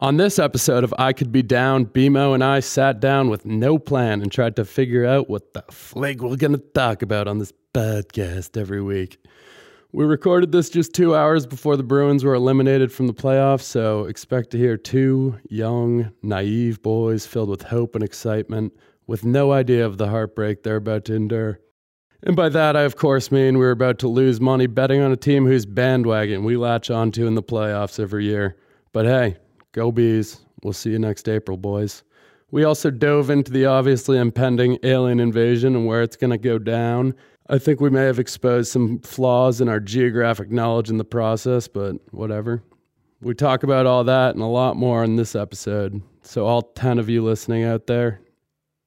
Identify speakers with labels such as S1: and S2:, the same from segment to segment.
S1: On this episode of I Could Be Down, BMO and I sat down with no plan and tried to figure out what the flag we're going to talk about on this podcast every week. We recorded this just two hours before the Bruins were eliminated from the playoffs, so expect to hear two young, naive boys filled with hope and excitement with no idea of the heartbreak they're about to endure. And by that, I of course mean we're about to lose money betting on a team whose bandwagon we latch onto in the playoffs every year. But hey, go bees. We'll see you next April, boys. We also dove into the obviously impending alien invasion and where it's going to go down. I think we may have exposed some flaws in our geographic knowledge in the process, but whatever. We talk about all that and a lot more in this episode. So, all 10 of you listening out there,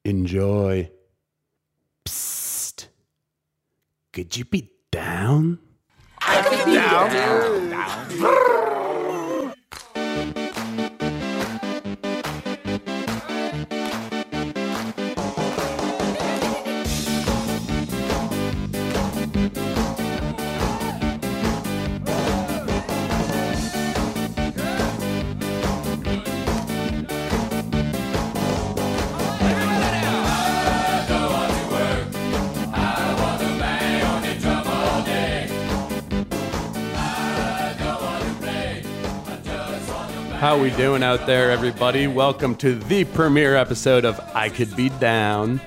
S1: enjoy. Psst. Could you be down? How we doing out there, everybody? Welcome to the premiere episode of I Could Be Down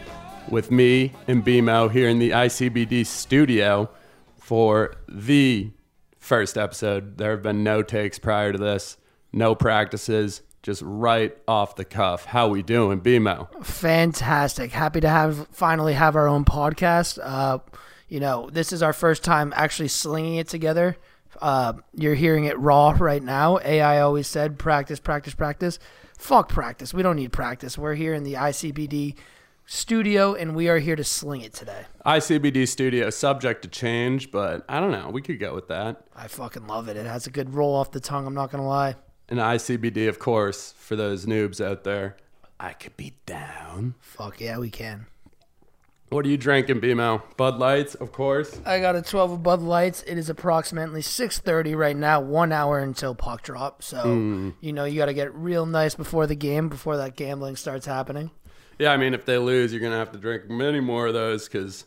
S1: with me and BMO here in the ICBD studio for the first episode. There have been no takes prior to this, no practices, just right off the cuff. How we doing, BMO?
S2: Fantastic. Happy to have finally have our own podcast. Uh, you know, this is our first time actually slinging it together. Uh, you're hearing it raw right now. AI always said practice, practice, practice. Fuck practice. We don't need practice. We're here in the ICBD studio and we are here to sling it today.
S1: ICBD studio, subject to change, but I don't know. We could go with that.
S2: I fucking love it. It has a good roll off the tongue. I'm not going to lie.
S1: And ICBD, of course, for those noobs out there. I could be down.
S2: Fuck yeah, we can.
S1: What are you drinking, BMO? Bud Lights, of course.
S2: I got a 12 of Bud Lights. It is approximately 6:30 right now, 1 hour until puck drop. So,
S1: Hmm.
S2: you know, you got to get real nice before the game before that gambling starts happening.
S1: Yeah, I mean, if they lose, you're going to have to drink many more of those because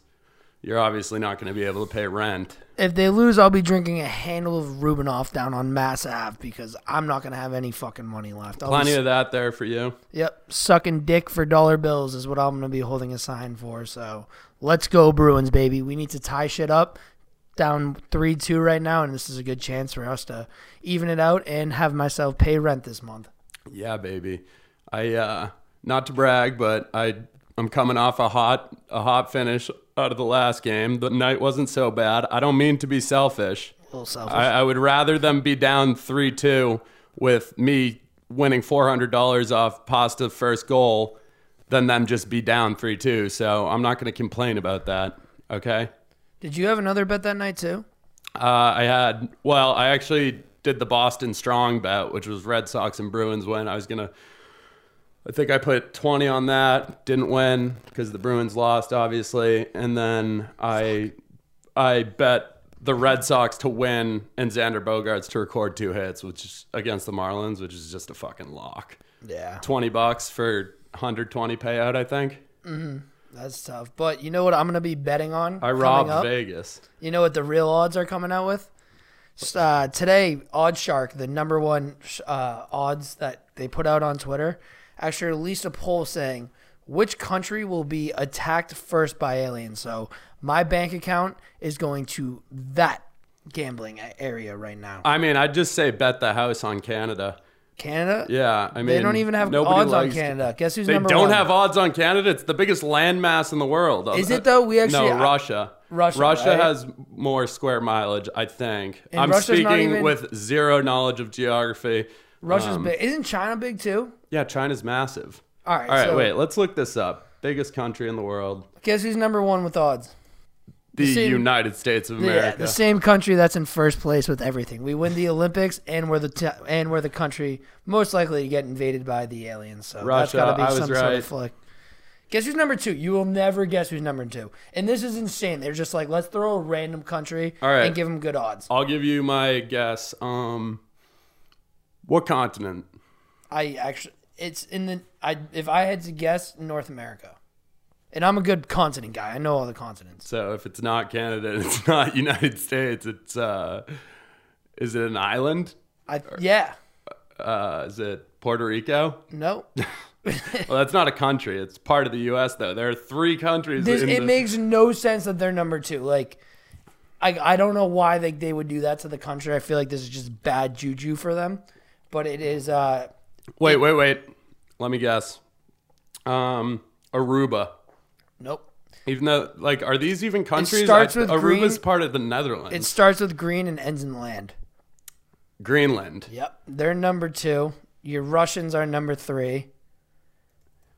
S1: you're obviously not going to be able to pay rent.
S2: If they lose, I'll be drinking a handle of Rubinoff down on Mass Ave because I'm not going to have any fucking money left. I'll
S1: Plenty
S2: be,
S1: of that there for you.
S2: yep, sucking dick for dollar bills is what I'm going to be holding a sign for. So, let's go Bruins, baby. We need to tie shit up. Down 3-2 right now and this is a good chance for us to even it out and have myself pay rent this month.
S1: Yeah, baby. I uh not to brag, but I I'm coming off a hot a hot finish out of the last game. The night wasn't so bad. I don't mean to be selfish.
S2: A little selfish.
S1: I, I would rather them be down three two with me winning four hundred dollars off pasta first goal than them just be down three two. So I'm not gonna complain about that. Okay.
S2: Did you have another bet that night too?
S1: Uh, I had well, I actually did the Boston Strong bet, which was Red Sox and Bruins win. I was gonna, I think I put twenty on that, didn't win because the Bruins lost, obviously, and then I, I bet the Red Sox to win and Xander Bogarts to record two hits, which is against the Marlins, which is just a fucking lock.
S2: Yeah,
S1: Twenty bucks for hundred twenty payout, I think.
S2: that's tough. But you know what I'm going to be betting on?
S1: I
S2: coming
S1: robbed
S2: up?
S1: Vegas.
S2: You know what the real odds are coming out with? S- Uh, today, Odd Shark, the number one sh- uh, odds that they put out on Twitter, actually released a poll saying which country will be attacked first by aliens. So my bank account is going to that gambling a- area right now.
S1: I mean, I'd just say bet the house on Canada.
S2: Canada?
S1: Yeah, I mean,
S2: They don't even have
S1: nobody
S2: odds on
S1: likes-
S2: Canada. Guess who's
S1: They
S2: number
S1: don't
S2: one?
S1: have odds on Canada. It's the biggest landmass in the world.
S2: Is it, though? We actually- uh,
S1: no Russia.
S2: Russia,
S1: Russia
S2: right?
S1: has more square mileage, I think.
S2: And
S1: I'm
S2: Russia's not
S1: speaking
S2: even-
S1: with zero knowledge of geography. Uh,
S2: Russia's
S1: Um,
S2: big. Isn't China big too?
S1: Yeah, China's massive.
S2: All right,
S1: All right,
S2: so-
S1: wait. Let's look this up. Biggest country in the world,
S2: Guess who's number one with odds?
S1: the,
S2: same-
S1: United States of
S2: Yeah,
S1: America.
S2: the same country that's in first place with everything. We win the Olympics, and we're the t- and we're the country most likely to get invaded by the aliens. So that's
S1: Russia,
S2: got to be
S1: I was
S2: some sort
S1: right.
S2: of flick. Guess who's number two? You will never guess who's number two. And this is insane. They're just like, let's throw a random country
S1: All right.
S2: and give them good odds.
S1: I'll give you my guess. Um, what continent?
S2: I actually it's in the I if I had to guess North America. And I'm a good continent guy. I know all the continents.
S1: So if it's not Canada, it's not United States. It's uh, is it an island?
S2: I yeah.
S1: Uh, is it Puerto Rico?
S2: No.
S1: Well, that's not a country. It's part of the U.S. Though there are three countries.
S2: This,
S1: in
S2: it
S1: the-
S2: makes no sense that they're number two. Like, I I don't know why they they would do that to the country. I feel like this is just bad juju for them. But it is. Uh,
S1: wait, wait, wait. Let me guess. Um, Aruba.
S2: nope.
S1: Even though, like, are these even countries?
S2: starts with
S1: Aruba's
S2: green.
S1: part of the Netherlands.
S2: It starts with green and ends in land.
S1: Greenland.
S2: Yep, they're number two. Your Russians are number three.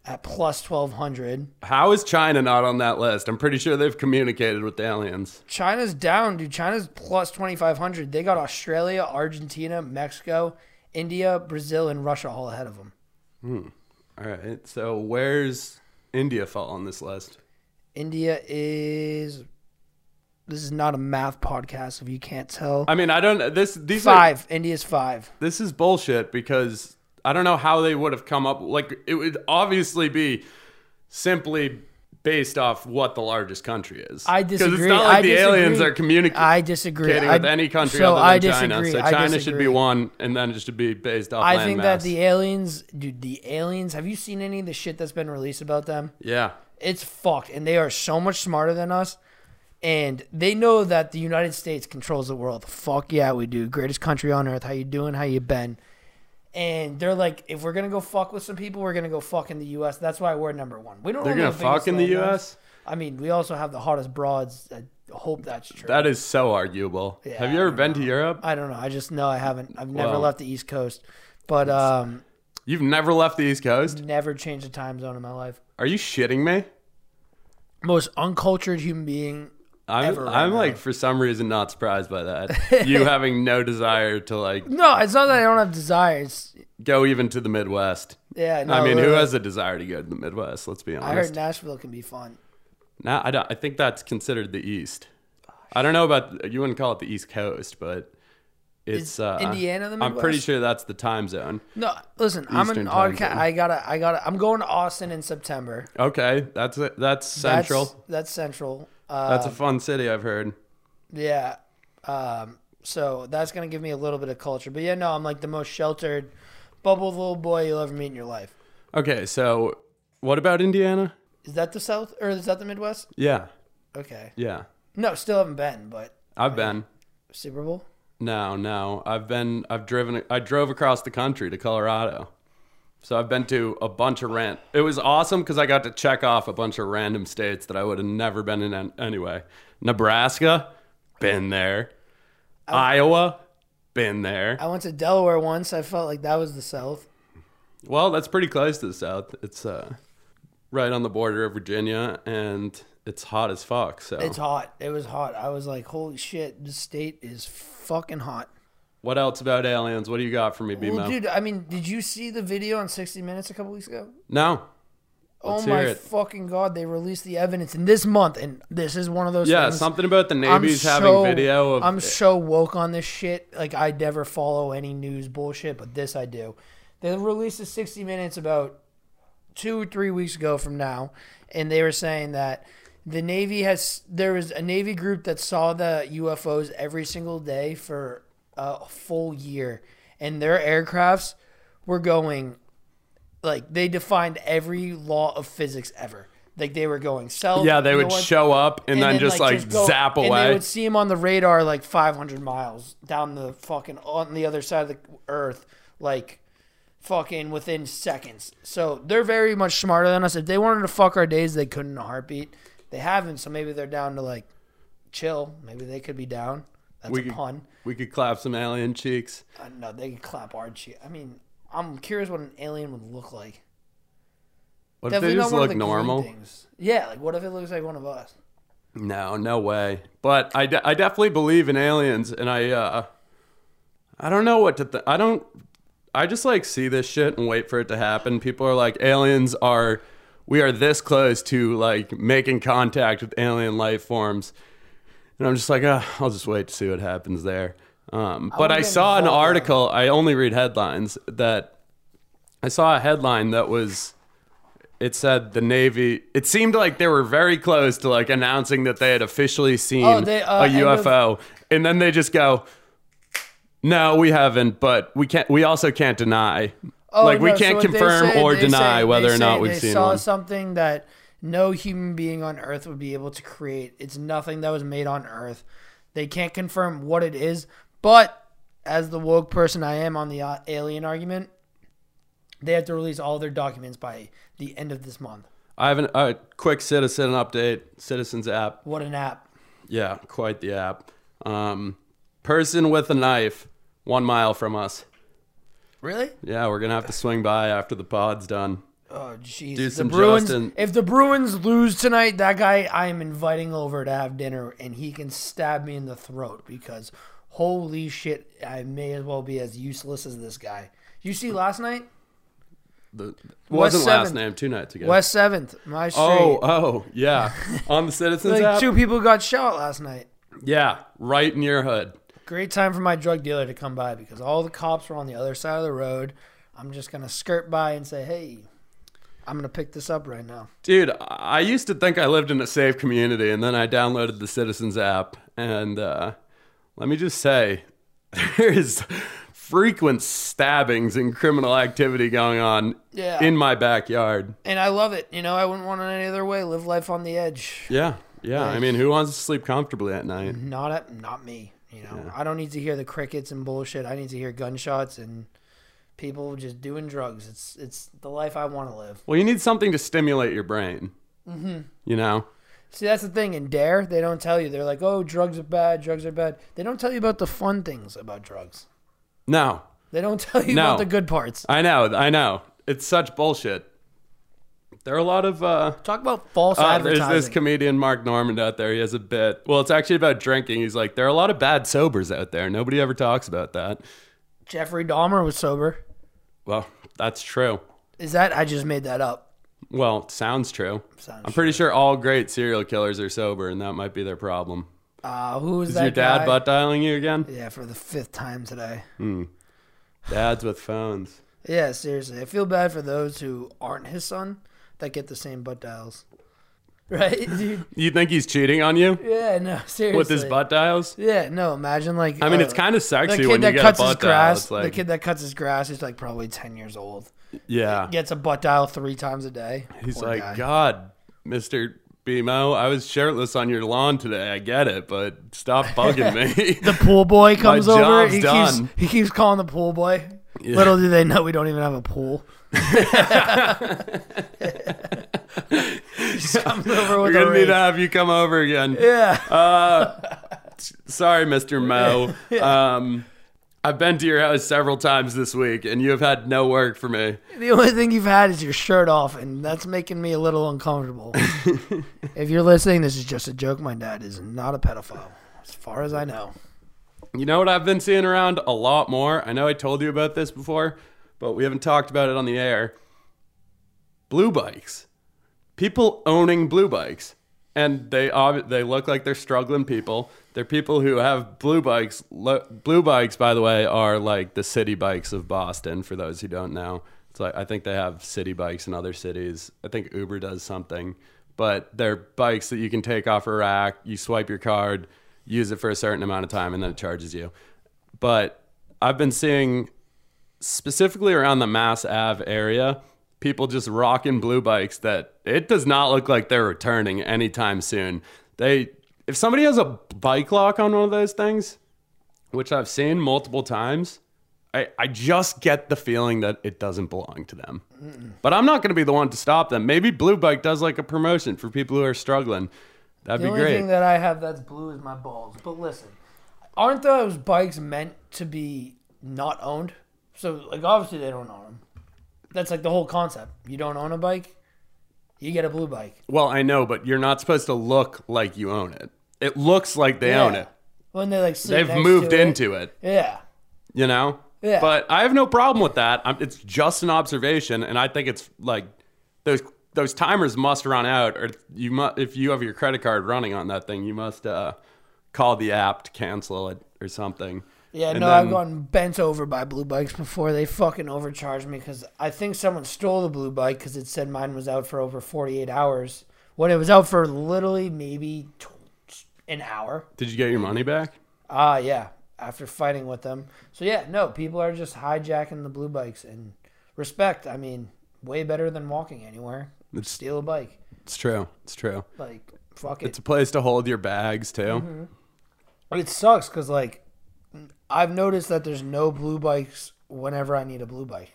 S2: At plus twelve hundred,
S1: How is China not on that list? I'm pretty sure they've communicated with the aliens.
S2: China's down, dude. China's plus twenty five hundred. They got Australia, Argentina, Mexico, India, Brazil, and Russia all ahead of them.
S1: All right. So where's India fall on this list?
S2: India is. This is not a math podcast, if you can't tell.
S1: I mean, I don't. This these are
S2: Five. India's five.
S1: this is bullshit because I don't know how they would have come up. Like, it would obviously be simply based off what the largest country is.
S2: I
S1: 'Cause
S2: disagree.
S1: It's not like
S2: I
S1: the aliens
S2: disagree.
S1: are communicating
S2: I disagree. I,
S1: with any country
S2: so I
S1: other than China.
S2: disagree.
S1: So
S2: I
S1: China should be
S2: disagree.
S1: one, and then it should be based off.
S2: I
S1: land
S2: think
S1: mass.
S2: that the aliens, dude, the aliens. Have you seen any of the shit that's been released about them?
S1: yeah.
S2: It's fucked, and they are so much smarter than us. And they know that the United States controls the world. Fuck yeah, we do. Greatest country on earth. How you doing? How you been? And they're like, if we're gonna go fuck with some people, we're gonna go fuck in the U.S. That's why we're number one. We don't.
S1: They're
S2: own the
S1: gonna
S2: biggest
S1: fuck in the
S2: landmass.
S1: U.S.
S2: I mean, we also have the hottest broads. I hope that's true.
S1: That is so arguable. have you ever been to Europe?
S2: I don't know. I just know I haven't. I've never
S1: Well.
S2: left the East Coast, but um,
S1: You've never left the East Coast?
S2: never changed a time zone in my life.
S1: Are you shitting me?
S2: Most uncultured human being.
S1: I'm,
S2: ever right
S1: I'm
S2: now.
S1: like for some reason not surprised by that. you having no desire to like
S2: No, it's not that I don't have desires.
S1: go even to the Midwest.
S2: Yeah, no,
S1: I mean, who
S2: literally.
S1: has a desire to go to the Midwest? Let's be
S2: I heard
S1: honest.
S2: Nashville can be fun.
S1: Now I don't. I think that's considered the East. I don't know about you. Wouldn't call it the East Coast, but it's
S2: Is
S1: uh,
S2: Indiana the
S1: I'm pretty
S2: Midwest?
S1: sure that's the time zone.
S2: No, listen, I'm an
S1: Eastern
S2: odd
S1: time
S2: cat.
S1: zone.
S2: I gotta, I gotta. I'm going to Austin in September.
S1: Okay, that's it. That's
S2: That's-
S1: central.
S2: That's, central. Uh,
S1: That's, a fun city. I've heard.
S2: yeah. Um, so that's gonna give me a little bit of culture. But yeah, no, I'm like the most sheltered, bubble little boy you'll ever meet in your life.
S1: Okay, so what about Indiana?
S2: Is that the South or is that the Midwest?
S1: Yeah,
S2: Okay.
S1: yeah.
S2: No, still haven't been, but
S1: I've been.
S2: Super Bowl.
S1: No, no. I've been. I've driven. I drove across the country to Colorado. So I've been to a bunch of rant. It was awesome because I got to check off a bunch of random states that I would have never been in an- anyway. Nebraska, been there.
S2: Oh.
S1: Iowa, been there.
S2: I went to Delaware once. I felt like that was the South.
S1: Well, that's pretty close to the south. It's uh, right on the border of Virginia, and it's hot as fuck. So
S2: It's hot. It was hot. I was like, holy shit, this state is fucking hot.
S1: what else about aliens? What do you got for me, BMO?
S2: Well, dude, I mean, did you see the video on 60 Minutes a couple weeks ago?
S1: no. Let's
S2: oh my
S1: hear it.
S2: fucking god, they released the evidence in this month, and this is one of those.
S1: Yeah,
S2: things.
S1: something about the Navy's having video of
S2: I'm so woke on this shit. Like I never follow any news bullshit, but this I do. They released a 60 minutes about two or three weeks ago from now, and they were saying that the Navy has there was a Navy group that saw the UFOs every single day for a full year, and their aircrafts were going like they defined every law of physics ever. Like they were going south.
S1: Yeah, they would
S2: north,
S1: show up and, then, just like,
S2: go-
S1: zap
S2: And they
S1: away.
S2: would see him on the radar like 500 miles down the fucking on the other side of the earth, like fucking within seconds. So they're very much smarter than us. If they wanted to fuck our days, they couldn't in a heartbeat. They haven't, so maybe they're down to like chill. Maybe they could be down. That's
S1: We
S2: a
S1: could-
S2: pun.
S1: We could clap some alien cheeks.
S2: I don't know. They could clap our cheek. I mean, I'm curious what an alien would look like.
S1: What if they
S2: not
S1: just
S2: one of
S1: look
S2: the green
S1: normal?
S2: Things. Yeah, like what if it looks like one of us?
S1: No, no way. But I, de- I definitely believe in aliens, and I uh, I don't know what to. Th- I don't. I just like see this shit and wait for it to happen. People are like, aliens are. We are this close to like making contact with alien life forms, and I'm just like, ah, I'll just wait to see what happens there. Um, but
S2: wanna
S1: I
S2: get
S1: saw an
S2: involved, though.
S1: article. I only read headlines that I saw a headline that was it said the Navy. It seemed like they were very close to like announcing that they had officially seen
S2: Oh, they, uh,
S1: a
S2: end of-
S1: UFO, and then they just go, "No, we haven't, but we can't. We also can't deny. like we
S2: Oh, no, so
S1: can't
S2: what they
S1: confirm
S2: say-
S1: or
S2: they
S1: deny
S2: say-
S1: whether
S2: they
S1: or not
S2: say
S1: we've
S2: they
S1: seen
S2: saw
S1: one."
S2: something that no human being on Earth would be able to create. It's nothing that was made on Earth. They can't confirm what it is, but as the woke person I am on the uh, alien argument, they have to release all their documents by the end of this month.
S1: I have an, a quick citizen update. Citizens app.
S2: What an app!
S1: Yeah, quite the app. Um, person with a knife, one mile from us.
S2: Really?
S1: Yeah, we're gonna have to swing by after the pod's done.
S2: Oh, jeez.
S1: Do
S2: If
S1: some
S2: the Bruins.
S1: Justin-
S2: If the Bruins lose tonight, that guy I am inviting over to have dinner, and he can stab me in the throat because holy shit, I may as well be as useless as this guy. You see, last night,
S1: The,
S2: West
S1: wasn't last
S2: Seventh.
S1: name two nights ago.
S2: West Seventh, my street.
S1: oh, oh, yeah, on the citizens
S2: like
S1: app.
S2: two people got shot last night.
S1: Yeah, right in your hood.
S2: Great time for my drug dealer to come by because all the cops were on the other side of the road. I'm just gonna skirt by and say, "Hey, I'm gonna pick this up right now."
S1: Dude, I used to think I lived in a safe community, and then I downloaded the Citizens app. And uh, let me just say, there is frequent stabbings and criminal activity going on
S2: Yeah.
S1: in my backyard.
S2: And I love it. You know, I wouldn't want it any other way. Live life on the edge.
S1: Yeah, yeah. I mean, who wants to sleep comfortably at night?
S2: not at, not me. You know, I don't need to hear the crickets and bullshit. I need to hear gunshots and people just doing drugs. It's it's the life I want to live.
S1: Well, you need something to stimulate your brain. Mm-hmm. You know?
S2: See, that's the thing. In Dare, they don't tell you. They're like, "Oh, drugs are bad. Drugs are bad." They don't tell you about the fun things about drugs.
S1: No,
S2: They don't tell you
S1: No.
S2: about the good parts.
S1: I know, I know. It's such bullshit. There are a lot of uh,
S2: Talk about false
S1: Uh, there's
S2: advertising.
S1: this comedian Mark Normand out there. He has a bit. Well, it's actually about drinking. He's like, there are a lot of bad sobers out there. Nobody ever talks about that.
S2: Jeffrey Dahmer was sober.
S1: Well, that's true.
S2: Is that I just made that up?
S1: Well, it sounds true.
S2: Sounds
S1: I'm pretty sure all great serial killers are sober, and that might be their problem.
S2: Uh, who was
S1: Is
S2: that?
S1: your dad
S2: guy?
S1: butt dialing you again?
S2: Yeah, for the fifth time today.
S1: Dads with phones.
S2: Yeah, seriously. I feel bad for those who aren't his son that get the same butt dials. Right? Dude.
S1: You think he's cheating on you
S2: Yeah, no, seriously.
S1: with his butt dials?
S2: Yeah, no, imagine like
S1: I mean,
S2: uh,
S1: it's kind of
S2: the
S1: sexy
S2: kid
S1: when you
S2: that
S1: get
S2: cuts
S1: a
S2: his
S1: butt dial. It's
S2: grass,
S1: like,
S2: the kid that cuts his grass is like probably 10 years old.
S1: yeah,
S2: Gets a butt dial 3 times a day.
S1: he's
S2: Poor
S1: like,
S2: guy.
S1: God, Mister Bimo, I was shirtless on your lawn today. I get it, but stop bugging me.
S2: the pool boy comes over.
S1: job's
S2: He
S1: done.
S2: keeps he keeps calling the pool boy. Little do they know we don't even have a pool. Just comes over
S1: We're
S2: with a
S1: gonna need
S2: rake.
S1: to have you come over again. Uh,
S2: Yeah.
S1: Sorry, Mr. Mo. Um, I've been to your house several times this week, and you have had no work for me.
S2: The only thing you've had is your shirt off, and that's making me a little uncomfortable. if you're listening, this is just a joke. My dad is not a pedophile, as far as I know.
S1: You know what I've been seeing around a lot more? I know I told you about this before, but we haven't talked about it on the air. Blue bikes. People owning blue bikes. And they ob- they look like they're struggling people. They're people who have blue bikes. Lo- blue bikes, by the way, are like the city bikes of Boston. For those who don't know, it's like I think they have city bikes in other cities. I think Uber does something, but they're bikes that you can take off a rack. You swipe your card, use it for a certain amount of time, and then it charges you. But I've been seeing specifically around the Mass Ave area, people just rocking blue bikes that it does not look like they're returning anytime soon. They if somebody has a bike lock on one of those things, which I've seen multiple times, I, I just get the feeling that it doesn't belong to them. But I'm not going to be the one to stop them. Maybe Blue Bike does like a promotion for people who are struggling. That'd
S2: The
S1: be
S2: only
S1: great.
S2: thing that I have that's blue is my balls. But listen, aren't those bikes meant to be not owned? So, like, obviously they don't own them. That's like the whole concept. You don't own a bike, you get a blue bike.
S1: well, I know, but you're not supposed to look like you own it. It looks like they own
S2: Yeah.
S1: it.
S2: When they like sleep
S1: They've
S2: next
S1: moved
S2: to it.
S1: into it.
S2: Yeah.
S1: you know
S2: Yeah.
S1: but i have no problem with that I'm, it's just an observation and i think it's like those those timers must run out or you must if you have your credit card running on that thing you must uh, call the app to cancel it or something
S2: Yeah,
S1: And
S2: no,
S1: then-
S2: I've gotten bent over by blue bikes before. They fucking overcharged me because I think someone stole the blue bike because it said mine was out for over 48 hours when it was out for literally maybe tw- an hour.
S1: Did you get your money back?
S2: Ah, yeah, after fighting with them. So, yeah, no, people are just hijacking the blue bikes and respect. I mean, way better than walking anywhere.
S1: It's-
S2: Steal a bike.
S1: It's true. It's true.
S2: Like, fuck it. Mm-hmm.
S1: It's a place to hold your bags too.
S2: It sucks because like I've noticed that there's no blue bikes whenever I need a blue bike.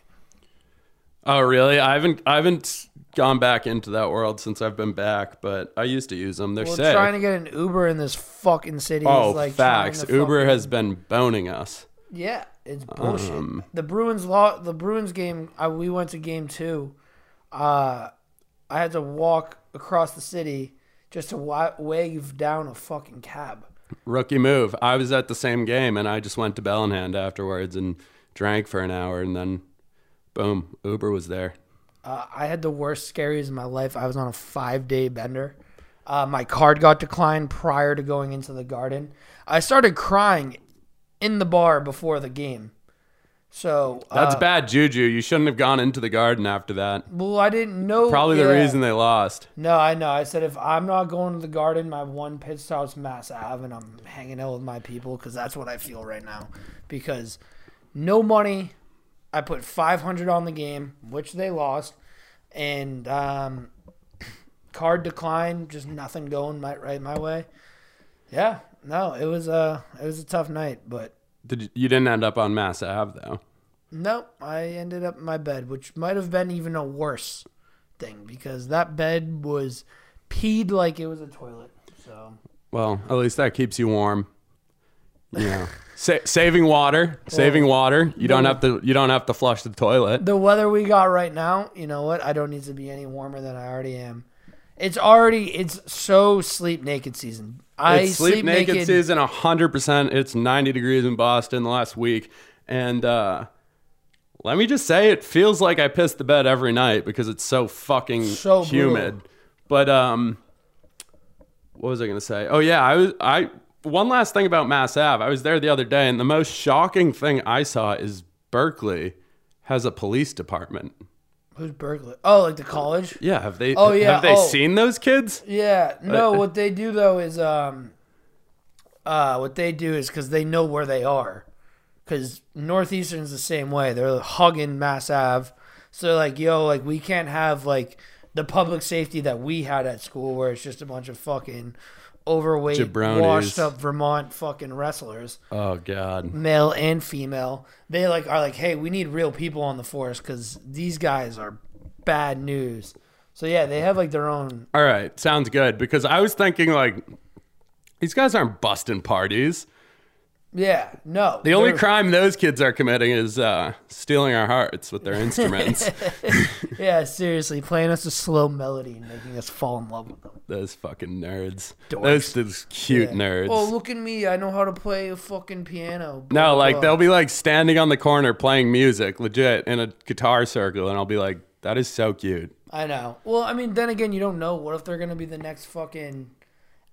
S1: Oh, really? I haven't I haven't gone back into that world since I've been back, but I used to use them. They're
S2: Well,
S1: safe.
S2: trying to get an Uber in this fucking city
S1: oh,
S2: is like trying
S1: facts.
S2: to
S1: Uber
S2: fucking-
S1: has Um. been boning us.
S2: yeah, it's bullshit. the Bruins law, the Bruins game. I, we went to game two. Uh, I had to walk across the city just to wa- wave down a fucking cab.
S1: Rookie move. I was at the same game and I just went to Bellinghand afterwards and drank for an hour and then boom, Uber was there.
S2: Uh, I had the worst scaries in my life. I was on a five day bender. Uh, my card got declined prior to going into the garden. I started crying in the bar before the game. So, uh,
S1: That's bad juju. You shouldn't have gone into the garden after that.
S2: well, I didn't know.
S1: Probably the
S2: yeah.
S1: reason they lost.
S2: No, I know. I said if I'm not going to the garden, my one pit stop's Mass Ave, and I'm hanging out with my people because that's what I feel right now. Because no money, I put 500 on the game, which they lost, and um, card decline, just nothing going my, right my way. Yeah, no, it was a it was a tough night, but
S1: Did you, you didn't end up on Mass Ave though.
S2: Nope, I ended up in my bed, which might have been even a worse thing because that bed was peed like it was a toilet. So
S1: Well, at least that keeps you warm. You know, Sa- saving water, saving water. You don't have to. You don't have to flush the toilet.
S2: the weather we got right now, you know what? I don't need to be any warmer than I already am. It's already it's so sleep naked season. I
S1: It's sleep naked,
S2: naked
S1: season, hundred percent. It's ninety degrees in Boston the last week, and uh, let me just say, it feels like I piss the bed every night because it's so fucking
S2: So blue.
S1: humid. But um, what was I gonna say? Oh yeah, I was I. One last thing about Mass Ave. I was there the other day, and the most shocking thing I saw is Berkeley has a police department.
S2: Who's Berkeley? Oh, like the college?
S1: Yeah, have they?
S2: Oh, yeah,
S1: have they
S2: oh.
S1: seen those kids?
S2: Yeah.
S1: Uh,
S2: No, what they do though is um uh what they do is cuz they know where they are. Cuz Northeastern's the same way. They're hugging Mass Ave. So they're like, yo, like we can't have like the public safety that we had at school where it's just a bunch of fucking overweight
S1: Jabronis.
S2: washed up Vermont fucking wrestlers
S1: Oh God.
S2: male and female. They like are like, hey, we need real people on the force because these guys are bad news. So yeah, they have like their own.
S1: All right, sounds good because I was thinking like these guys aren't busting parties.
S2: Yeah, no.
S1: The only
S2: they're-
S1: crime those kids are committing is uh, stealing our hearts with their instruments.
S2: yeah, seriously, playing us a slow melody and making us fall in love with them.
S1: those fucking nerds.
S2: Dorks.
S1: Those, those cute
S2: Yeah.
S1: nerds.
S2: Oh, look at me! I know how to play a fucking piano. blah,
S1: no, like
S2: blah.
S1: they'll be like standing on the corner playing music, legit, in a guitar circle, and I'll be like, "That is so cute."
S2: I know. Well, I mean, then again, you don't know. What if they're gonna be the next fucking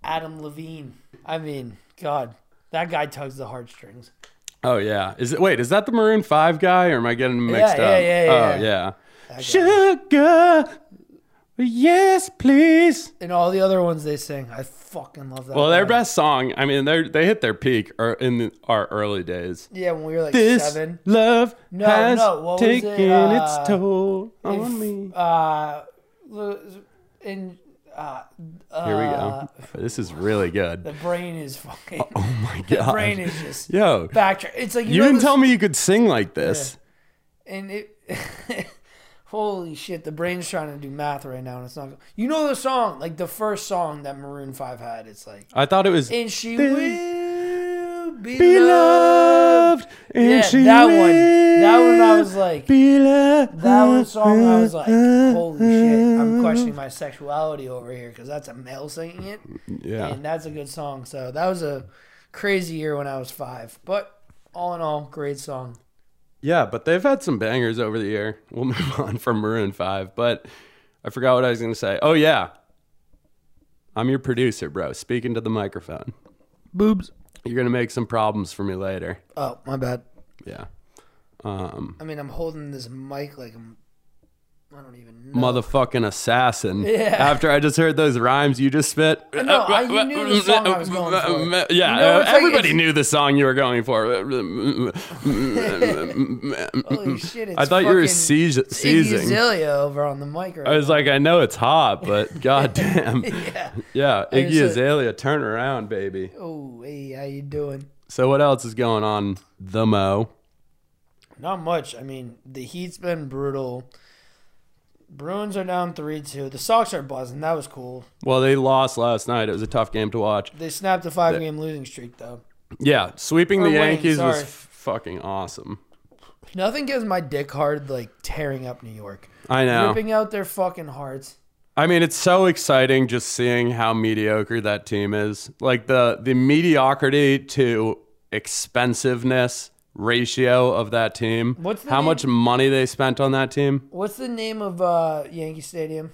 S2: Adam Levine? I mean, God, that guy tugs the heartstrings.
S1: Oh yeah, is it? Wait, is that the Maroon Five guy, or am I getting mixed
S2: yeah,
S1: up?
S2: yeah, yeah,
S1: oh yeah. Sugar, yes, please.
S2: And all the other ones they sing, I fucking love that.
S1: Well, their
S2: guy.
S1: best song, I mean, they they hit their peak er, in the, our early days.
S2: Yeah, when we were like
S1: This
S2: seven.
S1: love
S2: No,
S1: has
S2: no, what was it?
S1: taken
S2: Uh,
S1: its toll on
S2: If,
S1: me.
S2: Uh, lo- in uh, uh,
S1: Here we go. This is really good.
S2: The brain is fucking.
S1: Oh my
S2: the
S1: god.
S2: brain is just
S1: Yo,
S2: backtrack. It's like you,
S1: you
S2: know
S1: didn't
S2: this-
S1: tell me you could sing like this.
S2: And it, holy shit, the brain's trying to do math right now, and it's not. You know the song, like the first song that Maroon Five had. It's like,
S1: I thought it was
S2: and she
S1: This
S2: will be,
S1: be
S2: loved.
S1: loved. And
S2: Yeah,
S1: she
S2: that one. That one I
S1: will
S2: was like,
S1: be loved.
S2: That one song, I was like, holy shit, I'm questioning my sexuality over here because that's a male singing it.
S1: Yeah.
S2: And that's a good song. So that was a crazy year when I was five. But all in all, great song.
S1: Yeah, but they've had some bangers over the year. We'll move on from Maroon 5, but I forgot what I was going to say. Oh, yeah. I'm your producer, bro, speaking to the microphone.
S2: Boobs.
S1: You're gonna make some problems for me later.
S2: Oh, my bad.
S1: Yeah. Um,
S2: I mean, I'm holding this mic like I'm. I don't even know.
S1: motherfucking assassin.
S2: Yeah. Uh,
S1: After I just heard those rhymes you just spit.
S2: No, I- you knew the song I was going for.
S1: Yeah,
S2: You know,
S1: uh,
S2: it's like-
S1: everybody
S2: it's-
S1: knew the song you were going for.
S2: Holy shit! It's
S1: I thought you were
S2: fucking
S1: seiz-
S2: Iggy
S1: seizing.
S2: Azalea over on the mic. Right
S1: I was like, I know it's hot, but goddamn.
S2: yeah.
S1: Yeah, Iggy
S2: just said-
S1: Azalea, turn around, baby.
S2: Oh, hey, how you doing?
S1: So what else is going on? The Mo.
S2: Not much. I mean, the heat's been brutal. Bruins are down three two. The Sox are buzzing. That was cool.
S1: Well, they lost last night. It was a tough game to watch.
S2: They snapped a five game losing streak though.
S1: Yeah, sweeping
S2: Or
S1: the
S2: winning,
S1: Yankees was
S2: sorry.
S1: f- fucking awesome.
S2: Nothing gives my dick hard like tearing up New York,
S1: I know.
S2: ripping out their fucking hearts.
S1: I mean, it's so exciting just seeing how mediocre that team is. Like the the mediocrity to expensiveness ratio of that team.
S2: What's the
S1: how
S2: name?
S1: much money they spent on that team?
S2: What's the name of uh, Yankee Stadium?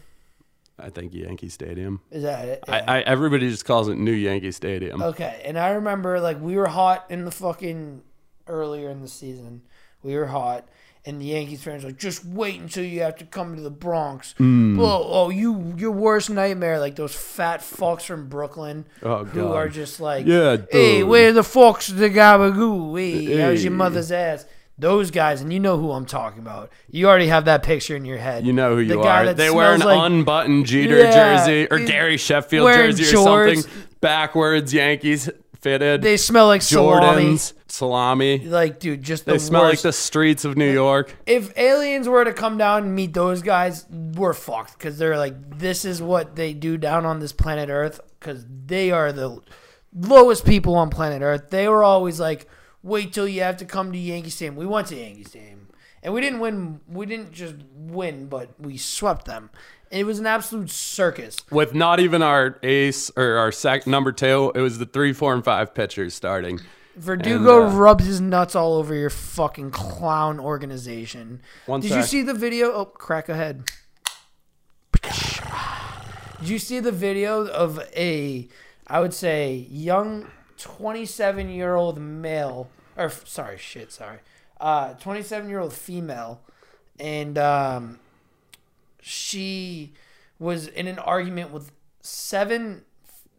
S1: I think Yankee Stadium.
S2: Is that it? Yeah.
S1: I, I everybody just calls it New Yankee Stadium.
S2: Okay, and I remember like we were hot in the fucking earlier in the season. We were hot, and the Yankees fans were like, just wait until you have to come to the Bronx.
S1: Mm.
S2: Well, oh, you your worst nightmare, like those fat fucks from Brooklyn
S1: Oh,
S2: who
S1: God.
S2: are just like,
S1: Yeah,
S2: hey,
S1: dude.
S2: where the fucks the gabagoo? Hey, how's your
S1: Hey.
S2: mother's ass? Those guys, and you know who I'm talking about. You already have that picture in your head.
S1: You know who you
S2: the guy
S1: are.
S2: that
S1: They wear an
S2: smells like-
S1: unbuttoned Jeter
S2: Yeah,
S1: jersey or
S2: he's
S1: Gary Sheffield
S2: wearing
S1: jersey or
S2: shorts.
S1: something. Backwards Yankees fitted.
S2: They smell like salami.
S1: Jordans, salami.
S2: Like, dude, just the
S1: They smell like
S2: worst.
S1: the streets of New York.
S2: if aliens were to come down and meet those guys, we're fucked because they're like, this is what they do down on this planet Earth because they are the lowest people on planet Earth. They were always like, wait till you have to come to Yankee Stadium. We went to Yankee Stadium and we didn't win. We didn't just win, but we swept them. And it was an absolute circus.
S1: with not even our ace or our sec number two. It was the three, four, and five pitchers starting.
S2: Verdugo
S1: And, uh,
S2: rubs his nuts all over your fucking clown organization.
S1: One
S2: Did you
S1: sec.
S2: see the video? Oh, crack ahead. Did you see the video of a, I would say, young 27 year old male, or f- sorry, shit, sorry, uh, 27 year old female, and um, she was in an argument with seven,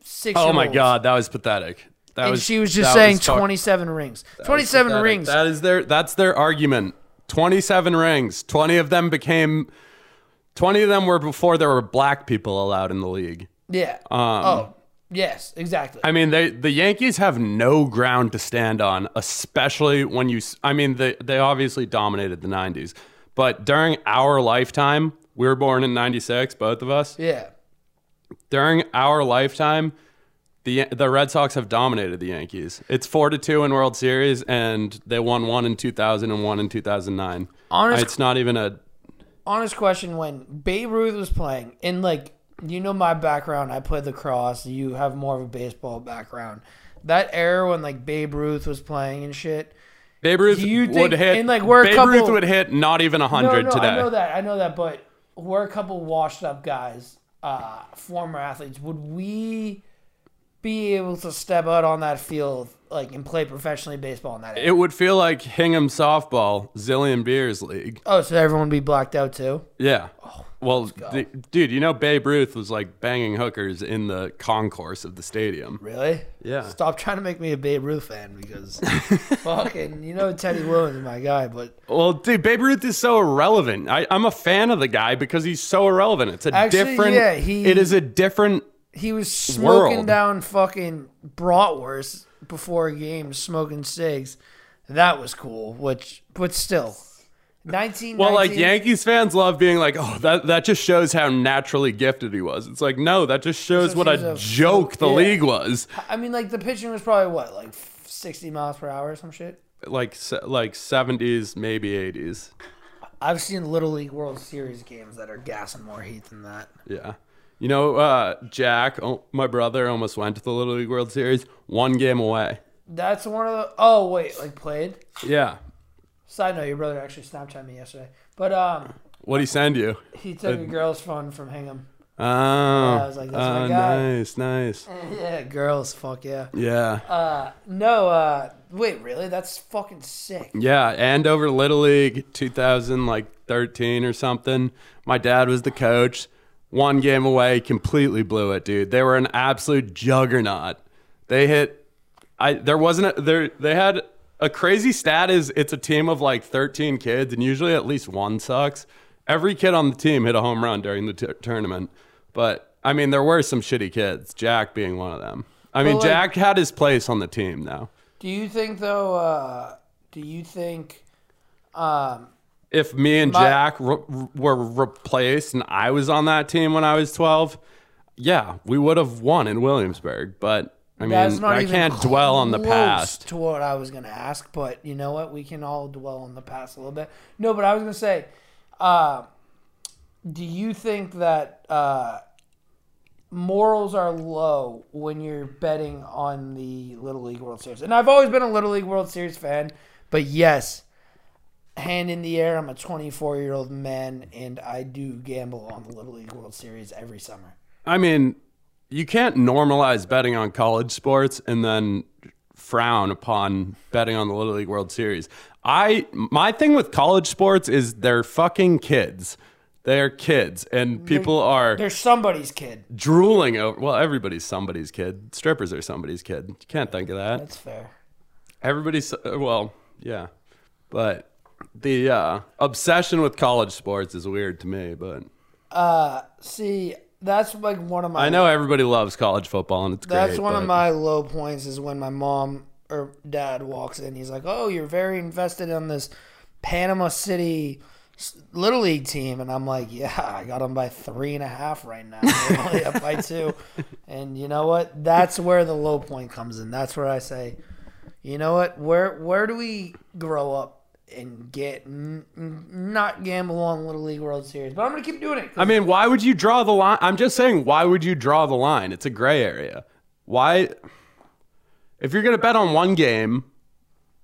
S2: six.
S1: Oh my god, that was pathetic. That
S2: And
S1: was,
S2: she was just
S1: that
S2: saying
S1: fuck-
S2: 27 rings.
S1: that was
S2: 27
S1: pathetic.
S2: rings.
S1: That is their. That's their argument. Twenty-seven rings. Twenty of them became. Twenty of them were before there were black people allowed in the league.
S2: yeah. oh, yes, exactly.
S1: Um, I mean, they the Yankees have no ground to stand on, especially when you. s- I mean, they they obviously dominated the '90s, but during our lifetime, we were born in '96, both of us.
S2: yeah.
S1: during our lifetime, the the Red Sox have dominated the Yankees. It's four to two in World Series, and they won one in two thousand and one and two thousand nine.
S2: Honest-
S1: it's not even a
S2: Honest question when Babe Ruth was playing, and like, you know my background, I played lacrosse, you have more of a baseball background. That era when like Babe Ruth was playing and shit.
S1: Babe Ruth
S2: Do you
S1: would
S2: think-
S1: hit.
S2: and, like, we're a
S1: Babe Ruth
S2: couple-
S1: would hit not even
S2: No,
S1: hundred
S2: no,
S1: today.
S2: I know that. I know that, but we're a couple washed up guys, uh, former athletes. Would we be able to step out on that field like and play professionally baseball in that era?
S1: It would feel like Hingham softball, Zillion Beers League.
S2: oh, so everyone would be blacked out too?
S1: Yeah.
S2: Oh,
S1: well, d- dude, you know Babe Ruth was like banging hookers in the concourse of the stadium.
S2: Really?
S1: Yeah.
S2: Stop trying to make me a Babe Ruth fan because fucking, you know, Teddy Williams is my guy, but
S1: Well, dude, Babe Ruth is so irrelevant. I, I'm a fan of the guy because he's so irrelevant. It's a
S2: Actually,
S1: different.
S2: yeah, he-
S1: It is a different.
S2: he was smoking
S1: World.
S2: down fucking bratwurst before games, smoking cigs. That was cool, which, but still. 19
S1: Well, like
S2: 19
S1: Yankees fans love being like, "Oh, that that just shows how naturally gifted he was." It's like, no, that just shows
S2: Just
S1: what
S2: shows
S1: a
S2: a-
S1: joke the
S2: yeah.
S1: league was.
S2: I mean, like, the pitching was probably what, like 60 miles per hour or some shit?
S1: Like se- like seventies, maybe eighties.
S2: I've seen Little League World Series games that are gassing more heat than that.
S1: Yeah. You know, uh, Jack, oh, my brother, almost went to the Little League World Series, one game away.
S2: That's one of the. Oh, wait, like played?
S1: Yeah.
S2: Side note, your brother actually Snapchat me yesterday. But, um,.
S1: What would he send you?
S2: He took a girl's phone from Hingham.
S1: Oh,
S2: I was like, that's my
S1: oh,
S2: guy.
S1: nice, nice.
S2: yeah, girls, fuck yeah.
S1: Yeah,
S2: Uh, no, uh, wait, really? That's fucking sick.
S1: yeah. Andover Little League, 2000, like 13 or something. My dad was the coach. One game away, completely blew it, dude. They were an absolute juggernaut. They hit. I there wasn't a, there. They had a crazy stat is it's a team of like 13 kids, and usually at least one sucks. Every kid on the team hit a home run during the t- tournament, but I mean there were some shitty kids. Jack being one of them. I mean,
S2: like-
S1: Jack had his place on the team though.
S2: Do you think though? Uh, do you think? Um,
S1: if me and Jack re- re- were replaced and I was on that team when I was 12, yeah, we would have won in Williamsburg. But I mean,
S2: that's not
S1: I
S2: even
S1: can't dwell on the
S2: close
S1: past.
S2: To what I was gonna ask, but you know what? We can all dwell on the past a little bit. No, but I was gonna say, uh, do you think that uh, morals are low when you're betting on the Little League World Series? And I've always been a Little League World Series fan, but yes. Hand in the air, I'm a 24 year old man, and I do gamble on the Little League World Series every summer.
S1: I mean, you can't normalize betting on college sports and then frown upon betting on the Little League World Series. I my thing with college sports is they're fucking kids. They're kids and people are
S2: There's somebody's kid.
S1: drooling over well everybody's somebody's kid. Strippers are somebody's kid. You can't think of that.
S2: That's fair.
S1: everybody's uh, well yeah but the uh, obsession with college sports is weird to me but
S2: See, that's like one of my.
S1: i know everybody loves college football and it's great
S2: That's one of
S1: but-
S2: my low points is when my mom or dad walks in. He's like, "Oh, you're very invested in this Panama City s- little league team," and I'm like, "Yeah, I got them by three and a half right now. They're only up by two. And you know what? That's where the low point comes in. That's where I say, you know what? Where where do we grow up? And get n- n- not gamble on Little League World Series, but I'm gonna keep doing it. 'cause
S1: i mean why would you draw the line i'm just saying why would you draw the line it's a gray area why if you're going to bet on one game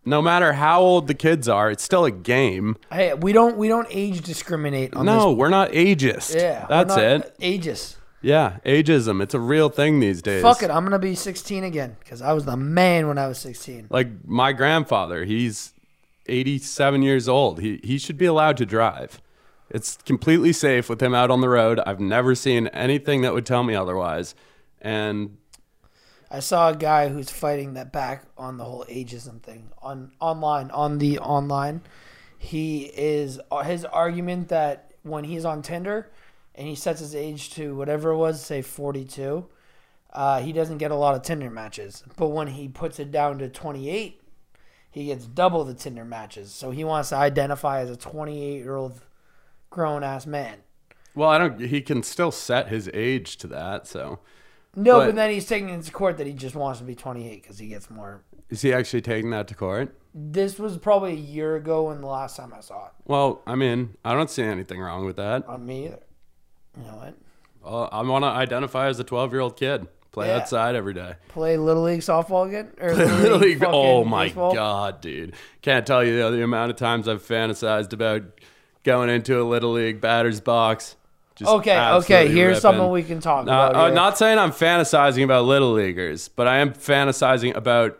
S1: no matter how old the kids are it's still a game
S2: Hey, we don't we don't age discriminate on
S1: no we're not ageist
S2: this. Yeah, we're
S1: that's
S2: not-
S1: it
S2: Ages.
S1: yeah ageism it's a real thing these days
S2: Fuck it, I'm gonna be 16 again because I was the man when I was 16.
S1: like my grandfather he's 87 years old he, he should be allowed to drive it's completely safe with him out on the road i've never seen anything that would tell me otherwise and
S2: I saw a guy who's fighting that back on the whole ageism thing on online on the online. He is uh, his argument that when he's on Tinder and he sets his age to whatever it was, say 42, uh, he doesn't get a lot of Tinder matches. But when he puts it down to 28, he gets double the Tinder matches. So he wants to identify as a 28 year old grown ass man.
S1: well i don't he can still set his age to that so
S2: No, but,
S1: But-
S2: then he's taking it to court that he just wants to be 28 because he gets more.
S1: is he actually taking that to court
S2: This was probably a year ago when the last time I saw it.
S1: well i mean i don't see anything wrong with that
S2: On me either. You know what?
S1: uh, i want to identify as a 12 year old kid play
S2: Yeah.
S1: outside every day
S2: Play Little League softball again? Or
S1: Little League-
S2: fucking
S1: oh my
S2: baseball?
S1: god, dude! Can't tell you the other amount of times I've fantasized about going into a little league batter's box. Just
S2: Okay, okay.
S1: absolutely
S2: Here's
S1: ripping.
S2: something we can talk
S1: Uh,
S2: about.
S1: uh,
S2: here.
S1: not saying I'm fantasizing about little leaguers, but I am fantasizing about